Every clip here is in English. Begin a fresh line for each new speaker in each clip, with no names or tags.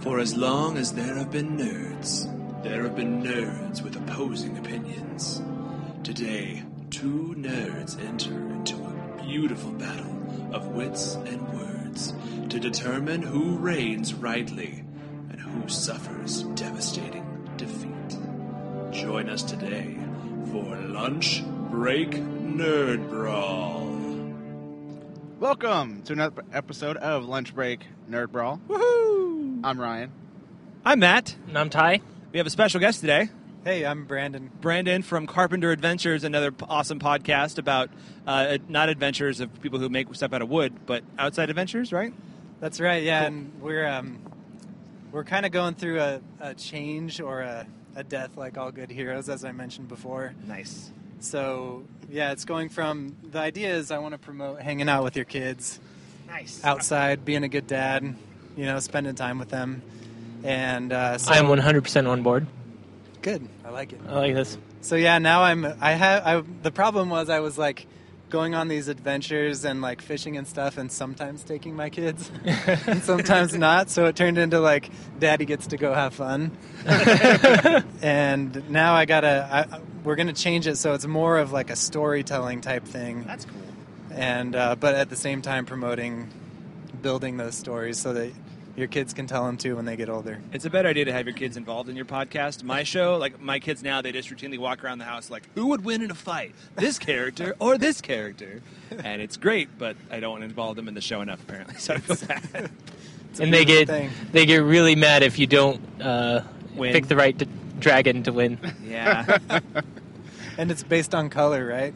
For as long as there have been nerds, there have been nerds with opposing opinions. Today, two nerds enter into a beautiful battle of wits and words to determine who reigns rightly and who suffers devastating defeat. Join us today for Lunch Break Nerd Brawl.
Welcome to another episode of Lunch Break Nerd Brawl.
Woohoo!
I'm Ryan.
I'm Matt.
And I'm Ty.
We have a special guest today,
Hey, I'm Brandon.
Brandon from Carpenter Adventures, another p- awesome podcast about uh, not adventures of people who make stuff out of wood, but outside adventures, right?
That's right. Yeah, and we're um, we're kind of going through a, a change or a, a death, like all good heroes, as I mentioned before.
Nice.
So yeah, it's going from the idea is I want to promote hanging out with your kids,
Nice.
outside, being a good dad, you know, spending time with them, and uh, so
I am 100% on board.
good. I like it.
I like this.
So yeah, now I'm I have I the problem was I was like going on these adventures and like fishing and stuff and sometimes taking my kids and sometimes not so it turned into like daddy gets to go have fun and now i gotta I, we're gonna change it so it's more of like a storytelling type thing
That's cool.
and uh, but at the same time promoting building those stories so that your kids can tell them too when they get older
It's a better idea to have your kids involved in your podcast. My show, like my kids now, they just routinely walk around the house like, who would win in a fight? This character or this character? And it's great, but I don't want to involve them in the show enough, apparently. So I feel bad.
It's a
And they
beautiful
get
thing.
they get really mad if you don't uh,
Win.
pick the right d dragon to win.
Yeah.
And it's based on color, right?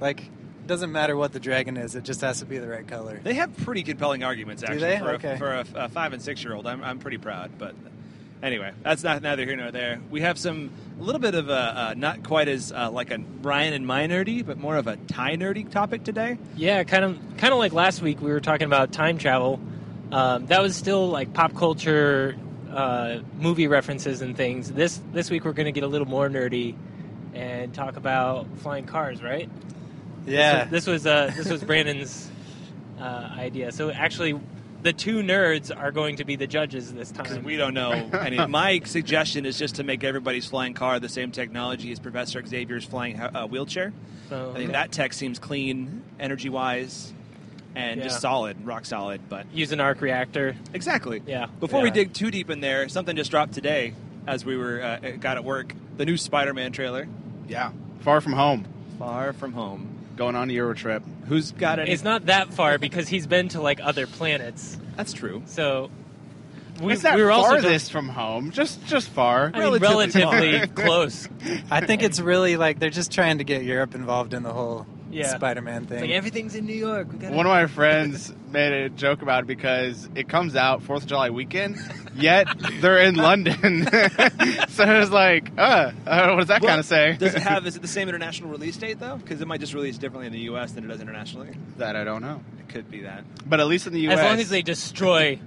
Like, it doesn't matter what the dragon is, it just has to be the right color.
They have pretty compelling arguments, actually,
they?
for, a,
Okay.
for a, a five and six year old. I'm, I'm pretty proud. But anyway, that's not neither here nor there. We have some a little bit of a uh, not quite as uh, like a Ryan and my nerdy, but more of a tie nerdy topic today.
Yeah, kind of kind of like last week we were talking about time travel. Um, that was still like pop culture, uh, movie references and things. This this week we're going to get a little more nerdy and talk about flying cars, right?
Yeah.
This was uh, this was Brandon's uh, idea. So actually, the two nerds are going to be the judges this
Because
time.
we don't know. Any, my suggestion is just to make everybody's flying car the same technology as Professor Xavier's flying uh, wheelchair.
so,
I think that tech seems clean, energy wise, and
Yeah.
just solid, rock solid. But
use an arc reactor.
Exactly.
Yeah.
Before we
Yeah.
dig too deep in there, something just dropped today as we were uh, got at work. The new Spider-Man trailer,
Yeah. Far from home.
Far From Home.
Going on a Euro trip.
Who's got any?
It's not that far because he's been to like other planets.
That's true.
So we,
it's not
we were also
farthest from home. Just just far.
I mean,
Relatively
relatively, close.
I think it's really like they're just trying to get Europe involved in the whole
Yeah.
Spider Man thing.
It's like everything's in New York. We gotta-
One of my friends made a joke about it because it comes out Fourth of July weekend, yet they're in London. so it was like, uh, uh what does that
Well,
kind of say?
Does it have? Is it the same international release date though? Because it might just release differently in the U.S. than it does internationally.
that I don't know.
It could be that.
But at least in the U.S.
as long as they destroy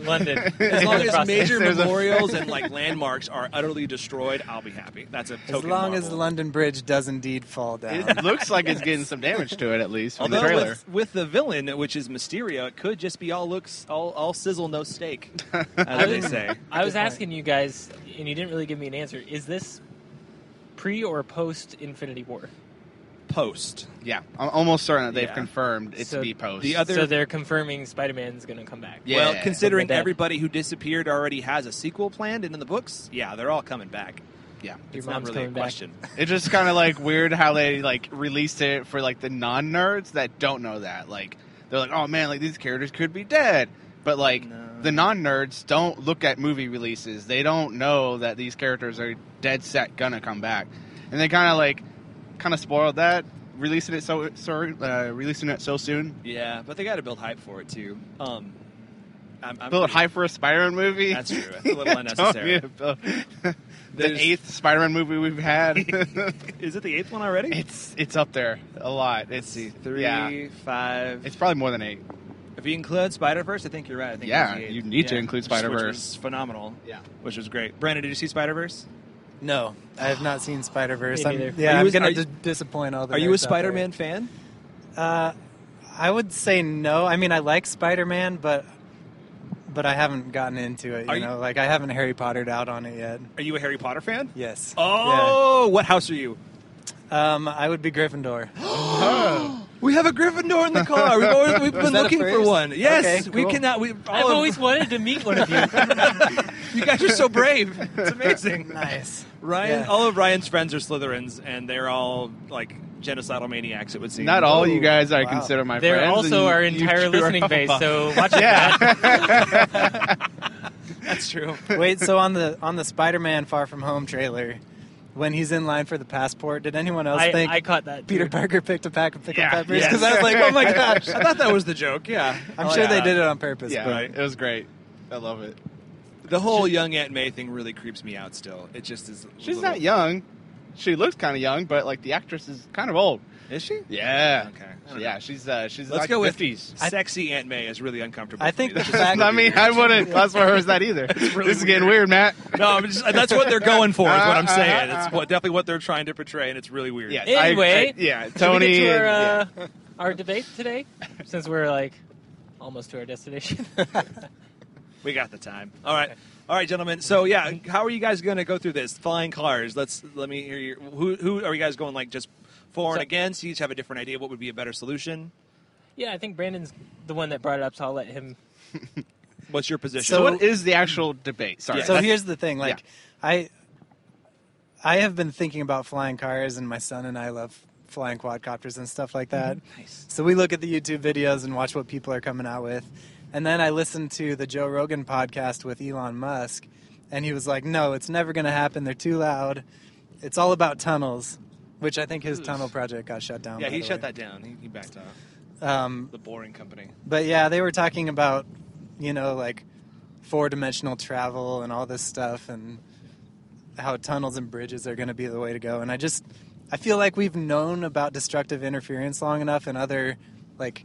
London,
As long
The
as
process.
major
There's a-
memorials and like landmarks are utterly destroyed, I'll be happy. That's a
as
token
long as the
marvel.
London Bridge does indeed fall down.
it looks like it's getting some damage to it at least from the
Although
trailer.
with, with the villain, which is Mysterio, it could just be all looks, all, all sizzle, no steak, as they say.
I was
Good point.
asking you guys, and you didn't really give me an answer. Is this pre or post Infinity War?
Post.
Yeah, I'm almost certain that they've
Yeah.
confirmed it's
So
the post.
the other- They're-
so they're confirming Spider Man's going to come back.
Yeah.
Well, considering
From the dead.
everybody who disappeared already has a sequel planned and in the books, yeah, they're all coming back.
yeah,
Your
it's not
mom's
really a
coming back.
question.
it's just kind of like weird how they like released it for like the non nerds that don't know that. Like they're like, oh man, like these characters could be dead, but like
No.
the non nerds don't look at movie releases. They don't know that these characters are dead set gonna come back, and they kind of like kind of spoiled that releasing it so sorry uh, releasing it so soon.
Yeah, but they got to build hype for it too. Um, I'm, I'm
Build
pretty-
hype for a Spider-Man movie.
That's true. That's a little
Don't
unnecessary.
need to build- the
There's-
eighth Spider-Man movie we've had.
Is it the eighth one already?
It's it's up there a lot.
Let's
It's
see, three,
Yeah,
five.
it's probably more than eight.
if you include Spider Verse, I think you're right. I think it
Yeah,
was the eighth.
you need to include
Which- which
Spider-Verse.
was Phenomenal.
Yeah.
which was great. Brandon, did you see Spider Verse?
no, I have not seen Spider Verse.
Me
Yeah,
neither.
Are you
I'm
a- are
going
you-
to disappoint all the
Are you a
nerds out there.
Spider Man fan?
Uh, I would say no. I mean, I like Spider Man, but but I haven't gotten into it. You
Are you-
know, like I haven't Harry Pottered out on it yet.
Are you a Harry Potter fan?
Yes.
Oh, what house are you?
Yeah. Um, I would be Gryffindor.
We have a Gryffindor in the car. We've, always, we've been
that a
looking for
first?
one. Yes,
Okay,
we
cool.
cannot. We, all
I've
of-
always wanted to meet one of you.
you guys are so brave. It's amazing.
nice.
Ryan,
Yeah.
all of Ryan's friends are Slytherins, and they're all like genocidal maniacs. It would seem.
Not all you
Oh,
guys I
wow.
consider my
They're
friends.
also
and
our
you
entire
two are
listening base,
Hufflepuff.
so watch it.
yeah,
That's true.
Wait, so on the on the Spider-Man Far From Home trailer, when he's in line for the passport, did anyone else
I,
think
I caught that.
Peter
too.
Parker picked a pack of pickled
Yeah,
peppers?
yes.
Because I was like, oh my gosh.
I thought that was the joke. Yeah,
I'm
Oh,
sure they
yeah.
did it on purpose.
yeah,
but
it was great. I love it.
The whole young Aunt May thing really creeps me out. Still, it just is.
She's
little-
not young. She looks kind of young, but like the actress is kind of old.
is she?
Yeah.
Okay. I don't know.
Yeah, she's uh, she's
Let's
like
go with
50s.
Sexy Aunt May is really uncomfortable.
I
for
think
me. That's
the
just
fact-
really
I mean,
weird.
I wouldn't. That's why hers that either.
really
this is getting weird, Matt.
No, I'm just, that's what they're going for. Is what I'm
Uh, uh,
saying.
uh,
It's what, definitely what they're trying to portray, and it's really weird.
Yeah. I-
Anyway,
I- yeah,
Should we
Tony.
get to our,
and-
uh, our debate today, since we're like almost to our destination.
We got the time. All right. All right, gentlemen. So yeah, how are you guys going to go through this? Flying cars. Let's let me hear your who who are you guys going like just for and
So-
against? You each have a different idea of what would be a better solution.
yeah, I think Brandon's the one that brought it up, so I'll let him.
What's your position?
So, what is the actual debate? Sorry.
Yeah.
So
that's-
here's the thing, like I I have been thinking about flying cars and my son and I love flying quadcopters and stuff like that.
Mm-hmm. Nice.
So we look at the YouTube videos and watch what people are coming out with. And then I listened to the Joe Rogan podcast with Elon Musk and he was like, "No, it's never going to happen. They're too loud. It's all about tunnels." Which I think his
Oof.
tunnel project got shut down.
yeah,
by
he
the
shut
way.
that down. He, he backed off.
Um,
The boring company.
but yeah, they were talking about, you know, like four dimensional travel and all this stuff and how tunnels and bridges are going to be the way to go. And I just, I feel like we've known about destructive interference long enough and other, like,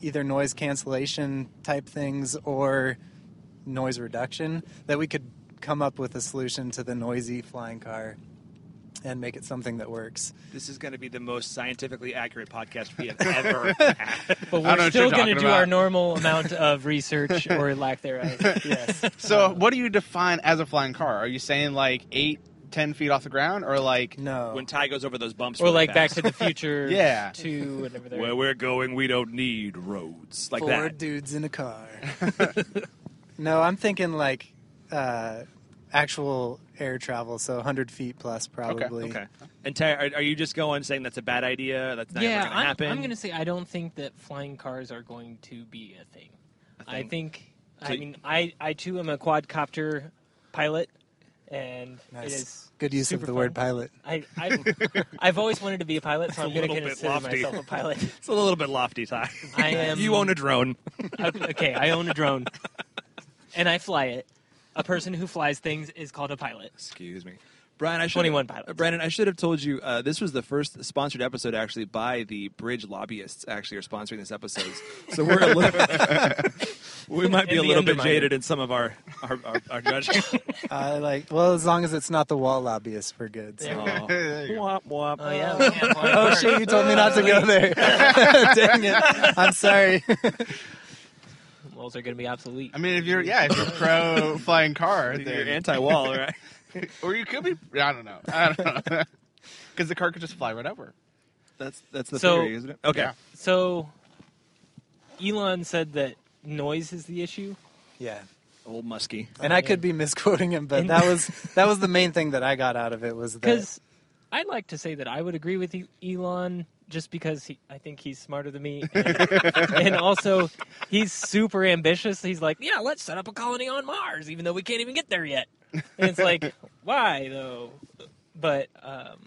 either noise cancellation type things or noise reduction that we could come up with a solution to the noisy flying car and make it something that works.
This is going to be the most scientifically accurate podcast we have ever had.
I don't know what
But we're still
you're
going to
talking
do our
about.
normal amount of research or lack thereof.
Yes.
So, what do you define as a flying car? Are you saying like eight, ten feet off the ground, or like
No.
When Ty goes over those bumps,
or
really
like Back
fast.
to the Future
Yeah.
2, whatever they're
where we're going, we don't need roads like
four
that.
dudes in a car. no, I'm thinking like uh, actual air travel, so 100 feet plus probably.
Okay. And Ty, are, are you just going saying that's a bad idea? That's not
yeah,
going to
I'm,
happen.
I'm going to say I don't think that flying cars are going to be a thing. I
thing.
think,
So
I
you-
mean, I, I too am a quadcopter pilot, and it is
Nice. Good use of
super
the word
fun.
pilot.
I, I've, I've always wanted to be a pilot, so
It's a
I'm going
little
to
bit
consider
lofty.
myself a pilot.
It's a little bit lofty, Ty.
I am-
You own a drone.
okay, I own a drone, and I fly it. A person who flies things is called a pilot.
Excuse me, Brian. I should
21 pilots.
Brandon, I should have told you uh, this was the first sponsored episode actually by the bridge lobbyists. Actually, are sponsoring this episode, so we're a little, we might be
And
a
the
little bit
underminer.
jaded in some of our our, our, our judging.
I like, well, as long as it's not the wall lobbyists, we're good.
Yeah.
So.
There you go. Womp, womp.
Oh yeah. we can't fly
Oh
cars.
shit! You told me not to go there. Dang it! I'm sorry.
Walls are going to be obsolete.
I mean, if you're yeah, if you're pro flying car,
You're
then,
anti-wall, right?
or you could be. I don't know. I don't know. Because the car could just fly right over.
That's that's the
So-
theory, isn't it? Okay.
Yeah.
So, Elon said that noise is the issue.
yeah.
Old Muskie.
And I could be misquoting him, but
And-
that was that was the main thing that I got out of it was that
Because I'd like to say that I would agree with E- Elon just because he, I think he's smarter than me. And, and also, he's super ambitious. He's like, yeah, let's set up a colony on Mars, even though we can't even get there yet. And it's like, why, though? But, um,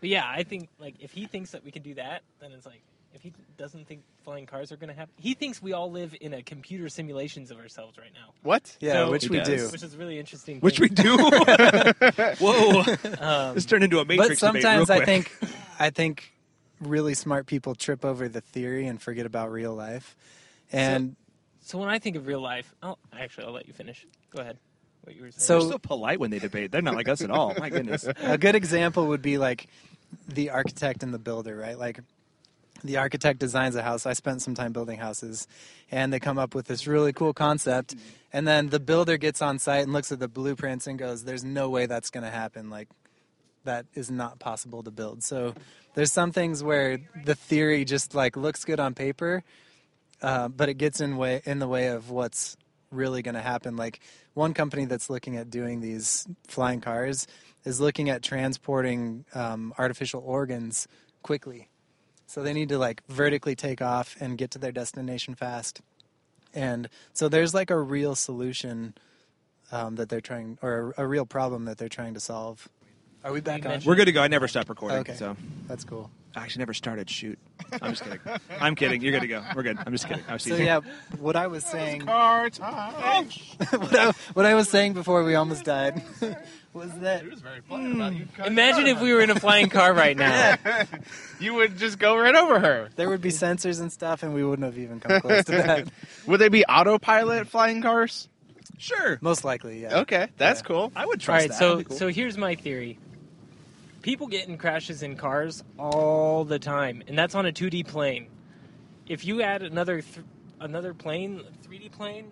but yeah, I think, like, if he thinks that we can do that, then it's like, if he doesn't think flying cars are going to happen, he thinks we all live in a computer simulations of ourselves right now.
What?
yeah,
So-
which
He
we
does.
do.
Which is a really interesting.
Which we
thing.
do. Whoa!
Um,
This turned into a matrix.
but
debate real
sometimes I
quick.
think I think really smart people trip over the theory and forget about real life. And
So when I think of real life, I'll, actually, I'll let you finish. Go ahead. What you were saying.
So-
They're so polite when they debate. They're not like us at all. My goodness.
a good example would be like the architect and the builder, right? Like the architect designs a house. I spent some time building houses, and they come up with this really cool concept, And then the builder gets on site and looks at the blueprints and goes, "There's no way that's going to happen. Like, that is not possible to build." So there's some things where the theory just like looks good on paper, uh, but it gets in way in the way of what's really going to happen. Like one company that's looking at doing these flying cars is looking at transporting um, artificial organs quickly. So they need to like vertically take off and get to their destination fast. And so there's like a real solution um, that they're trying, or a, a real problem that they're trying to solve. Are we back
You
on?
mentioned-
We're good to go. I never stopped recording.
Okay.
So
That's cool.
I actually never started. Shoot. I'm just kidding. I'm kidding. You're good to go. We're good. I'm just kidding. I was
So
teasing.
yeah, what I was saying,
Car time.
what I, what I was saying before we almost died, was that
was very funny about you.
Imagine if we were in a flying car right now.
You would just go right over her.
there would be sensors and stuff, and we wouldn't have even come close to that.
Would they be autopilot flying cars?
Sure.
Most likely, yeah.
Okay, that's
Yeah.
cool.
I would
All
trust
right,
that.
so
That'd be cool.
so here's my theory. People get in crashes in cars all the time, and that's on a 2D plane. If you add another th- another plane, 3D plane,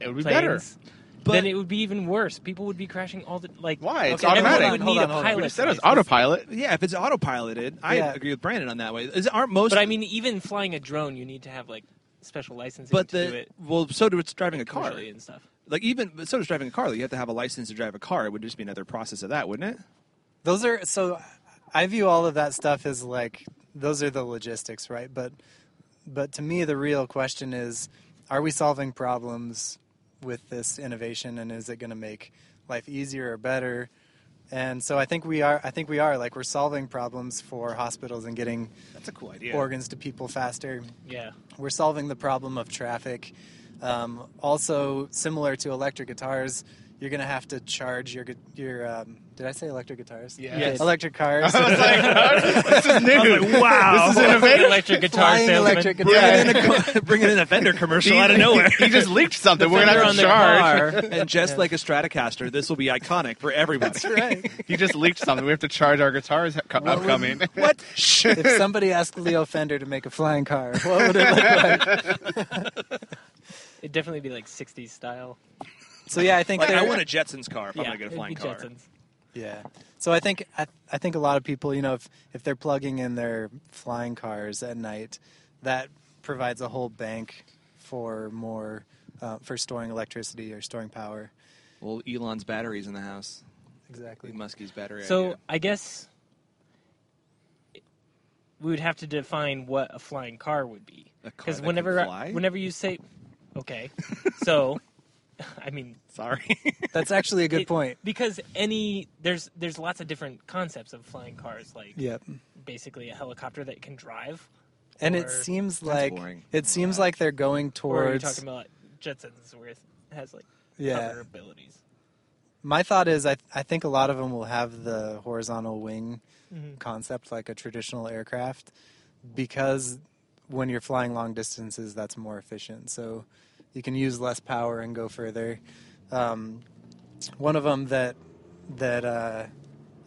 It would be better.
planes,
But-
then it would be even worse. People would be crashing all the like.
Why? It's
Okay,
Everyone
automatic.
would
Hold
need
on,
a
hold on.
pilot.
We just said it was
for this.
autopilot.
yeah, if it's autopiloted, I
Yeah.
agree with Brandon on that way. Is, aren't most
But I mean, even flying a drone, you need to have like special licensing
but
to do
the
it
well, so do it's driving a car.
commercially and stuff.
Like even but so does driving a car. Like, you have to have a license to drive a car. It would just be another process of that, wouldn't it?
Those are so I view all of that stuff as like those are the logistics, right? But but to me the real question is are we solving problems with this innovation and is it going to make life easier or better? And so I think we are I think we are like we're solving problems for hospitals and getting
That's a cool idea.
organs to people faster
Yeah.
we're solving the problem of traffic. Um, also, similar to electric guitars, you're going to have to charge your gu- your. Um, did I say electric guitars?
Yeah. Yes.
Electric cars.
I was like, this is new.
wow.
This is
Oh.
innovative.
electric guitar
Flying
salesman.
electric
Yeah.
guitars.
bringing in a Fender commercial
He-
out of nowhere.
He just leaked something. We're gonna
Thunder
have
on
to
their
charge.
car.
and just like a Stratocaster, this will be iconic for everybody.
That's right.
He just leaked something. We have to charge our guitars co- upcoming.
What?
If somebody asked Leo Fender to make a flying car, what would it look like?
It'd definitely be like 60s style.
So yeah, I think
Like,
there-
I want a Jetsons car if I'm
yeah,
gonna get a
it'd
flying
be
car.
Jetsons.
Yeah. So I think I, I think a lot of people, you know, if if they're plugging in their flying cars at night, that provides a whole bank for more uh, for storing electricity or storing power.
Well, Elon's batteries in the house.
Exactly.
Muskie's battery.
So
idea.
I guess we would have to define what a flying car would be.
A car
Because
that can
whenever I-
fly?
whenever you say, okay, so I mean,
sorry.
That's actually a good
it-
point.
Because any there's there's lots of different concepts of flying cars, like
Yep.
basically a helicopter that can drive.
And
Or-
it seems like
boring.
it seems like they're going
Or are you
towards
talking about Jetsons, where it has like
Yeah.
other abilities?
My thought is, I, I think a lot of them will have the horizontal wing
Mm-hmm.
concept like a traditional aircraft because when you're flying long distances, that's more efficient. So you can use less power and go further. Um, one of them that that uh,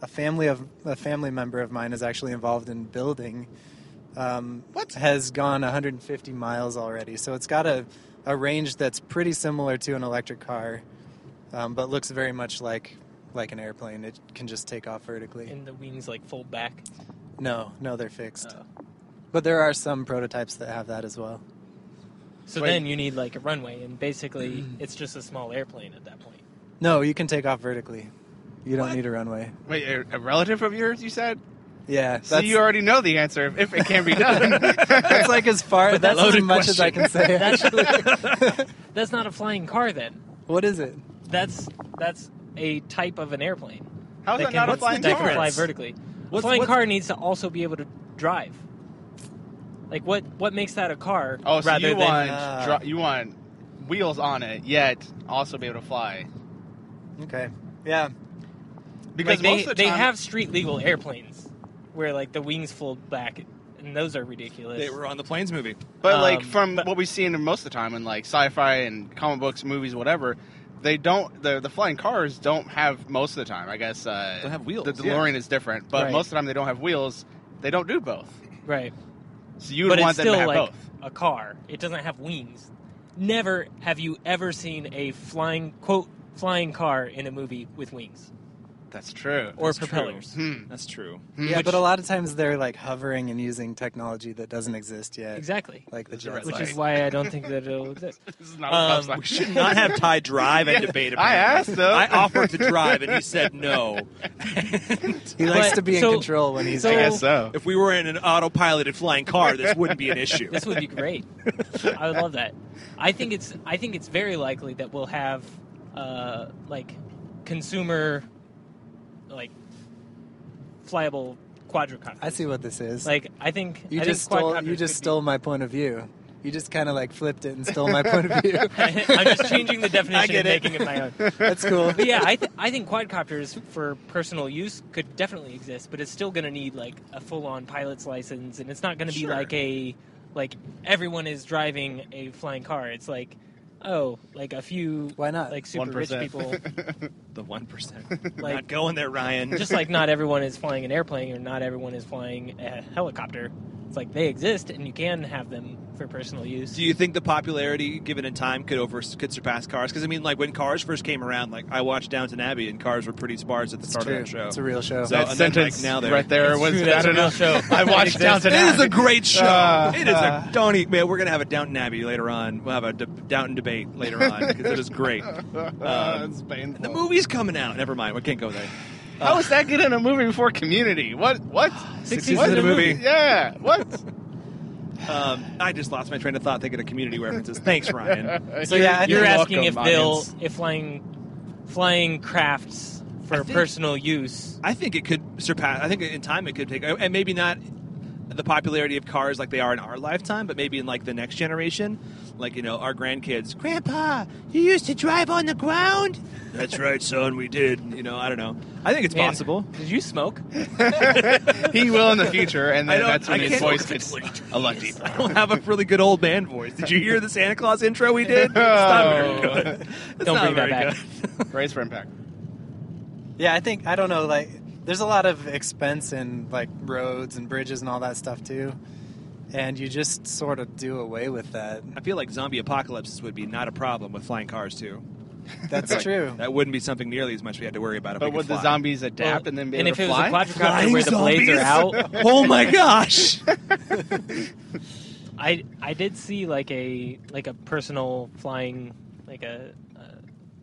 a family of a family member of mine is actually involved in building. Um,
What?
has gone 150 miles already? So it's got a, a range that's pretty similar to an electric car um, but looks very much like like an airplane. It can just take off vertically.
And the wings like fold back.
no, no, they're fixed.
Oh.
But there are some prototypes that have that as well.
So
Wait.
then you need like a runway, and basically
Mm.
it's just a small airplane at that point.
No, you can take off vertically. You don't
What?
need a runway.
Wait, a, a relative of yours? You said.
Yeah,
So
that's,
you already know the answer if, if it can be done.
that's like as far. that's as
loaded
much as I can say. Actually,
That's not a flying car then.
what is it?
That's that's a type of an airplane.
How's that
can,
not a
what's the
flying
that can
car?
fly vertically.
What's-
a flying
what's-
car needs to also be able to drive. Like what what makes that a car
Oh, so
rather
you
than uh,
want
Ah.
dri- you want wheels on it, yet also be able to fly.
Okay. Yeah.
Because
like they,
most of the
they
time,
have street legal airplanes where like the wings fold back and those are ridiculous.
they were on the planes movie.
but like
um,
from
but-
what we've seen most of the time in like sci-fi and comic books, movies, whatever, they don't the the flying cars don't have most of the time. I guess uh,
Don't have wheels,
The
yeah.
DeLorean is different, but
Right.
most of the time they don't have wheels. They don't do both.
right.
So you would
but
want
it's
them
still
to have
like
both.
a car. It doesn't have wings. never have you ever seen a flying quote flying car in a movie with wings
That's true.
or
That's true.
propellers.
Hmm.
That's true.
Yeah, but a lot of times they're like hovering and using technology that doesn't exist yet.
Exactly.
Like the
Those are
jet
red
Which
ski.
lights.
is why I don't think that it'll exist.
This is not a stop
Um,
sign.
we
Should not have Ty drive and debate. Apparently.
I asked though.
I offered to drive, and he said no.
He likes
But-
to be in
so-
control when he's
so-
I
driving.
guess so.
if we were in an autopiloted flying car, this wouldn't be an issue.
This would be great. I would love that. I think it's I think it's very likely that we'll have uh, like consumer like flyable quadricopters.
I see what this is.
Like I think
you
I
just
think
stole. You
quadcopters
just
could be-
stole my point of view. You just kind of like flipped it and stole my point of view.
I'm just changing the definition
get
and
it.
making it my own.
That's cool.
But yeah, I, th- I think quadcopters for personal use could definitely exist, but it's still going to need like a full-on pilot's license, and it's not going to
Sure.
be like a like everyone is driving a flying car. It's like oh, like a few
Why not?
like super rich
1%.
people,
The one percent.
Like-
not going there, Ryan.
just like not everyone is flying an airplane or not everyone is flying a helicopter. It's like they exist, and you can have them for personal use.
Do you think the popularity, given in time, could over could surpass Cars? Because I mean, like when Cars first came around, like I watched Downton Abbey, and Cars were pretty sparse at the
It's
start
true.
of that show.
It's a real show.
So-
that
and then, like,
sentence
now they're-
right there
That's
was
true, that's
I
a
don't know.
real show.
I
That
watched
exists.
Downton
it is
Abbey.
a great show.
Uh,
it is
uh.
a don't eat man. We're gonna have a Downton Abbey later on. We'll have a d- Downton debate later on because it is great.
Uh, it's
And the
painful.
movie's coming out. Never mind. We can't go there.
How was that good in a movie before Community? What? What?
Six
What?
seasons of the movie.
Yeah. What?
Um, I just lost my train of thought thinking of community references. Thanks, Ryan.
So yeah,
You're
you're, asking
welcome,
if they'll
audience.
if flying flying crafts
I
for
think-
personal use.
I think it could surpass. I think in time it could take, and maybe not the popularity of cars like they are in our lifetime, but maybe in like the next generation, like you know our grandkids. Grandpa, you used to drive on the ground. That's right, son. We did. You know, I don't know. I think it's
Man,
possible.
Did you smoke?
he will in the future, and
I
then
don't-
that's when
I
his
can't-
voice gets a lot deeper.
I don't have a really good old man voice. Did you hear the Santa Claus intro we did? It's not very good. It's
Don't
not
bring that
very
back.
good.
Raise for impact.
Yeah, I think I don't know. Like, there's a lot of expense in like roads and bridges and all that stuff too, and you just sort of do away with that.
I feel like zombie apocalypses would be not a problem with flying cars too.
That's
Like,
true.
That wouldn't be something nearly as much we had to worry about. If
But
we
would
could
the
fly.
zombies adapt
Well,
and then be
and
able
if
to
it was
fly?
a quadricopter where the blades are out,
oh my gosh!
I I did see like a like a personal flying like a, uh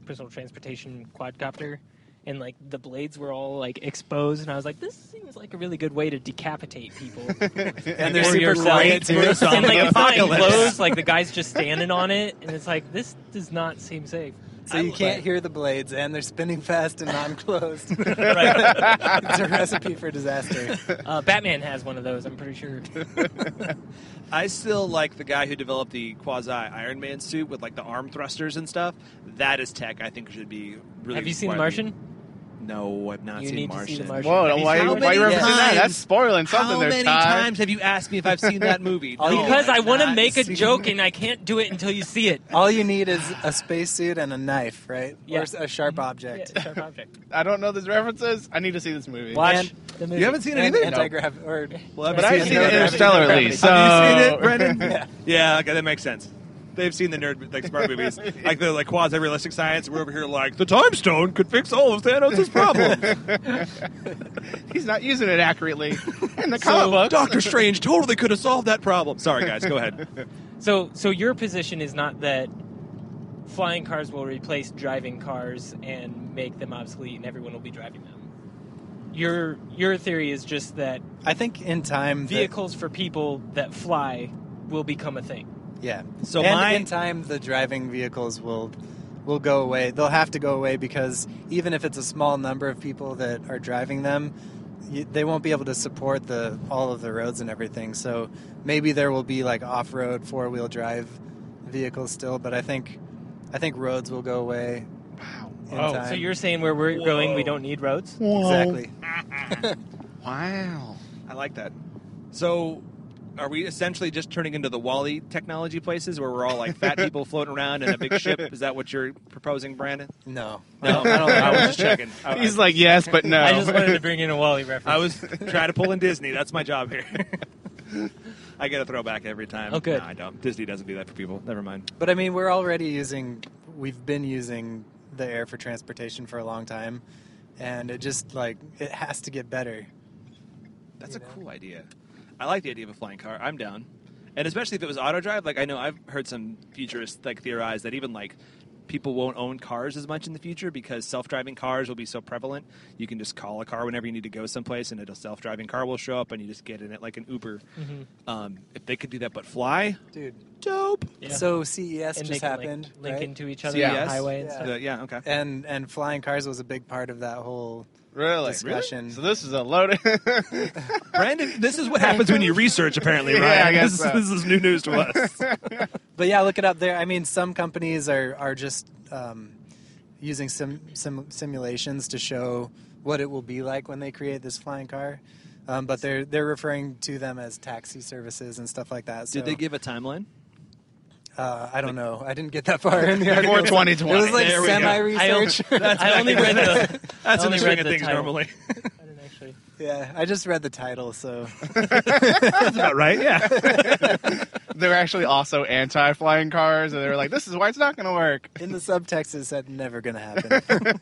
personal transportation quadcopter, and like the blades were all like exposed, and I was like, this seems like a really good way to decapitate people.
And they're
Or
super
yourself.
quiet
Or
too.
yourself.
and like it's not
Apocalypse.
enclosed, like the guy's just standing on it, and it's like this does not seem safe.
So you can't hear the blades, and they're spinning fast and non-closed. it's
Right.
a recipe for disaster.
Uh, Batman has one of those, I'm pretty sure.
I still like the guy who developed the quasi Iron Man suit with like the arm thrusters and stuff. That is tech. I think should be really.
Have you seen The
widely-
Martian?
No, I've not
You
seen
need to
Martian.
see The Martian.
Whoa! Why, why are
How
you
many
referencing that?
times-
That's spoiling something
How
there,
many
Ty.
times have you asked me if I've seen that movie? No,
because I
I've
want to
Oh, not
make a
seen-
joke and I can't do it until you see it.
All you need is a spacesuit and a knife, right?
Yeah.
Or a sharp
Yeah,
object.
it's a sharp object.
I don't know these references. I need to see this movie.
Watch
And-
the movie.
You haven't seen it
And
either.
anti-grav or
Well,
But I've
See,
seen
no,
Interstellar at
gravity.
least. So
Have you seen it, Brendan? yeah. okay, that makes sense. They've seen the nerd like smart movies, like the like quasi realistic science. We're over here like the time stone could fix all of Thanos' problems.
He's not using it accurately in the comic book.
Doctor Strange totally could have solved that problem. Sorry, guys, go ahead.
So, so your position is not that flying cars will replace driving cars and make them obsolete, and everyone will be driving them. Your your theory is just that
I think in time, the-
vehicles for people that fly will become a thing.
yeah.
So
and
my-
in time, the driving vehicles will will go away. They'll have to go away because even if it's a small number of people that are driving them, you, they won't be able to support the all of the roads and everything. So maybe there will be like off road four wheel drive vehicles still, but I think I think roads will go away. In
Wow.
time.
So you're saying where we're going, we don't need roads.
exactly.
Wow.
I like that. So, are we essentially just turning into the Wally technology places where we're all like fat people floating around in a big ship? Is that what you're proposing, Brandon?
No.
No, I, don't, I was just checking. I,
He's like, yes, but no.
I just wanted to bring in a Wally reference.
I was trying to pull in Disney. That's my job here. I get a throwback every time.
Oh, good.
No, I don't. Disney doesn't do that for people. Never mind.
But I mean, we're already using, we've been using the air for transportation for a long time, and it just like it has to get better.
That's a cool idea. I like the idea of a flying car. I'm down. And especially if it was auto drive, like I know I've heard some futurists like theorize that even like people won't own cars as much in the future because self-driving cars will be so prevalent. You can just call a car whenever you need to go someplace, and a self-driving car will show up, and you just get in it like an Uber. Um, if they could do that, but fly,
Dude,
dope.
Mm-hmm. Yeah.
so CES
and they
just
can,
happened,
Like, link
right?
into each other on
CES?
the highway and
Yeah.
stuff.
The- yeah. Okay.
and and flying cars was a big part of that whole
Really?
discussion.
So this is a loaded.
Brandon, this is what happens when you research, apparently,
Yeah,
right?
I guess
this,
so.
is, this is new news to us.
But yeah, look it up there. I mean, some companies are are just um, using some sim simulations to show what it will be like when they create this flying car. Um, but they're they're referring to them as taxi services and stuff like that. So,
Did they give a timeline?
Uh, I don't know. I didn't get that far in the article.
Before
It was like-
2020.
It was like
There we go.
semi
I, only-
research.
I only read the.
That's
I
in
only
the swing
read
of
the
things
title.
normally.
I didn't actually.
yeah, I just read the title, so
That's about right. Yeah.
They're actually also anti-flying cars, and they were like, "This is why it's not going to work."
in the subtext it said never gonna happen.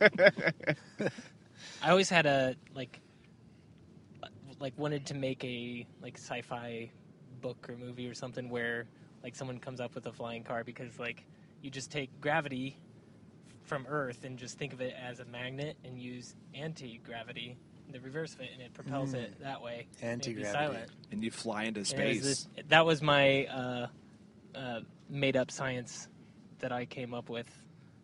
I always had a like, like wanted to make a like sci-fi book or movie or something where like someone comes up with a flying car because like you just take gravity from Earth and just think of it as a magnet and use anti-gravity, the reverse of it, and it propels it that way. and it'd be
Anti-gravity.
silent.
and you fly into
And it was
space.
this- that was my uh, uh, made-up science that I came up with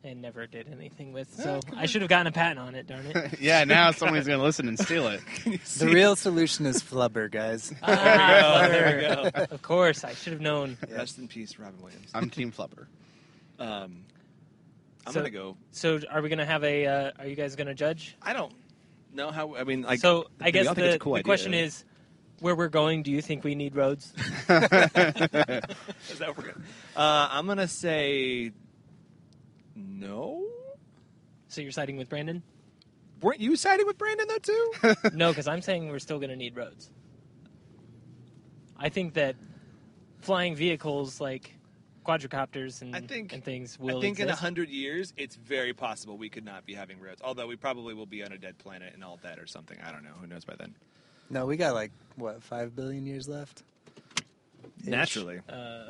and never did anything with. So I should have gotten a patent on it. Darn it.
yeah, now somebody's going to listen and steal it.
the real solution is flubber, guys.
Ah,
There we go,
clever. Of course, I should have known.
Rest in peace, Robin Williams.
I'm Team Flubber.
Um, I'm
So-
gonna go.
So, are we gonna have a? Uh, are you guys gonna judge?
I don't know how. I mean, like,
so, I
we
guess
all think
the,
it's a cool
the
idea.
question is, where we're going? Do you think we need roads?
Is that what we're gonna- uh, I'm gonna say no.
so you're siding with Brandon?
Weren't you siding with Brandon though too?
No, because I'm saying we're still gonna need roads. I think that flying vehicles like quadricopters and
I think-
and things will
I think in a
exist.
hundred years, it's very possible we could not be having roads. Although we probably will be on a dead planet and all that or something. I don't know. Who knows by then?
No, we got like what five billion years left.
Naturally,
uh,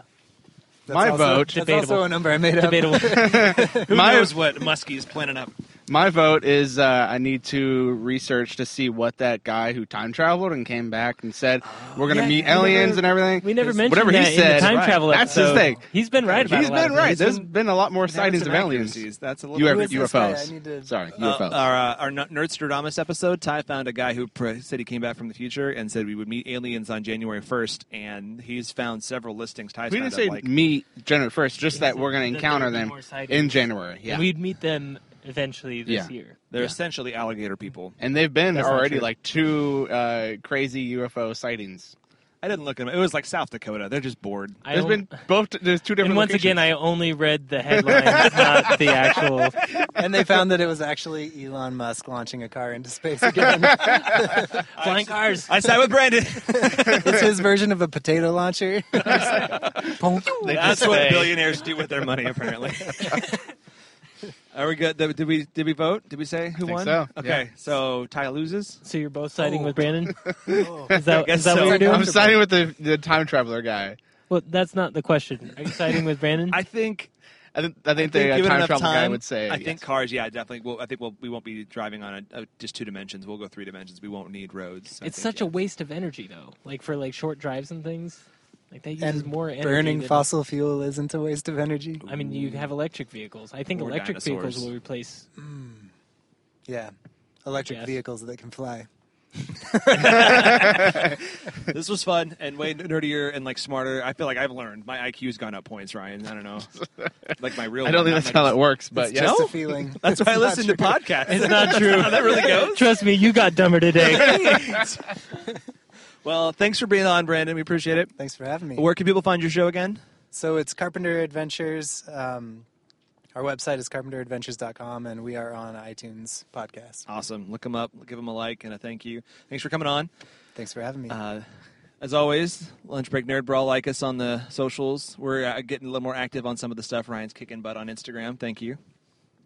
That's
My
also-
vote-
That's
Debatable.
also a number I made up.
debatable.
who
My-
knows what Muskie's planning up?
My vote is uh, I need to research to see what that guy who time traveled and came back and said we're going to
Yeah,
meet
we never-
aliens and everything.
We never
is
mentioned
whatever
that
he said.
in the time
Right.
travel
That's his
episode.
thing.
He's been right about
He's
a lot
been
of
right.
things.
There's been a lot more sightings
Having
of
some
aliens.
accuracies. That's a little.
You
Who
ever,
is this guy? I
UFOs.
need to-
Sorry,
Uh,
UFOs.
our uh, our N- Nerdstradamus episode, Ty found a guy who pr- said he came back from the future and said we would meet aliens on January 1st, and he's found several listings. Ty's
we
found
didn't say
of, like,
meet January first, just
Yeah,
that we're going
that
to
there
encounter
would be
them
more sightings.
in January. Yeah,
And we'd meet them eventually this
Yeah.
year.
they're
yeah.
essentially alligator people.
and they've been
That's not
already
true.
like two uh, crazy UFO sightings.
I didn't look at them. It was like South Dakota. They're just bored.
I
There's
on-
been both. There's two different.
and once again, I only read the headlines, not the actual.
and they found that it was actually Elon Musk launching a car into space again.
Flying cars.
I sat with Brandon.
it's his version of a potato launcher.
They
That's
just
what
say-
billionaires do with their money, apparently. Are we good? Did did we did we vote? Did we say who
think
won?
so,
Okay,
yeah.
so Ty loses.
So you're both siding
Oh.
with Brandon?
Oh.
Is that,
guess
is that
so.
what you're doing?
I'm siding with the, the time traveler guy.
Well, that's not the question. Are you siding with Brandon?
I think
I, th- I think the
think
uh,
given
time
enough
travel guy
time,
would say.
I
yes.
think cars. Yeah, definitely. We'll, I think we'll, we won't be driving on a, uh just two dimensions. We'll go three dimensions. We won't need roads. I
it's
think,
such
yeah.
a waste of energy, though. Like for like short drives and things, like that uses
and
more energy.
burning
than-
fossil fuel isn't a waste of energy.
I mean, you have electric vehicles. I think
Or
electric vehicles
dinosaurs.
will replace.
Yeah, electric
Yes.
vehicles that can fly.
this was fun and way nerdier and like smarter. I feel like I've learned. My IQ's gone up points, Ryan. I don't know. Like my real.
I don't
one,
think
not
that's
my-
how it works, but
it's
yeah.
just
No?
a feeling.
That's why I
It's not
listen to
true.
podcasts.
It's not true.
how that really goes.
Trust me, you got dumber today.
Well, thanks for being on, Brandon. We appreciate it.
Thanks for having me.
Where can people find your show again?
So it's Carpenter Adventures. Um, our website is carpenteradventures.com, and we are on iTunes podcast.
Awesome. Look him up. Give him a like and a thank you. Thanks for coming on.
Thanks for having me.
Uh, As always, Lunch Break Nerd Brawl, like us on the socials. We're uh, getting a little more active on some of the stuff. Ryan's kicking butt on Instagram. Thank you.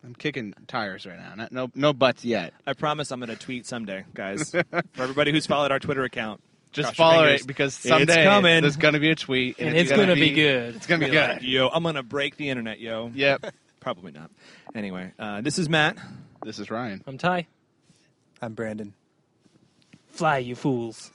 I'm kicking tires right now. Not, no, no butts yet.
I promise I'm going to tweet someday, guys. For everybody who's followed our Twitter account,
Just
Cross your
follow
fingers.
it because someday
it's coming.
there's gonna be a tweet
And it's gonna be good.
It's gonna be
Be like,
good.
yo, I'm going to break the internet, yo.
Yep.
Probably not. Anyway, uh, this is Matt.
This is Ryan.
I'm Ty.
I'm Brandon.
Fly, you fools.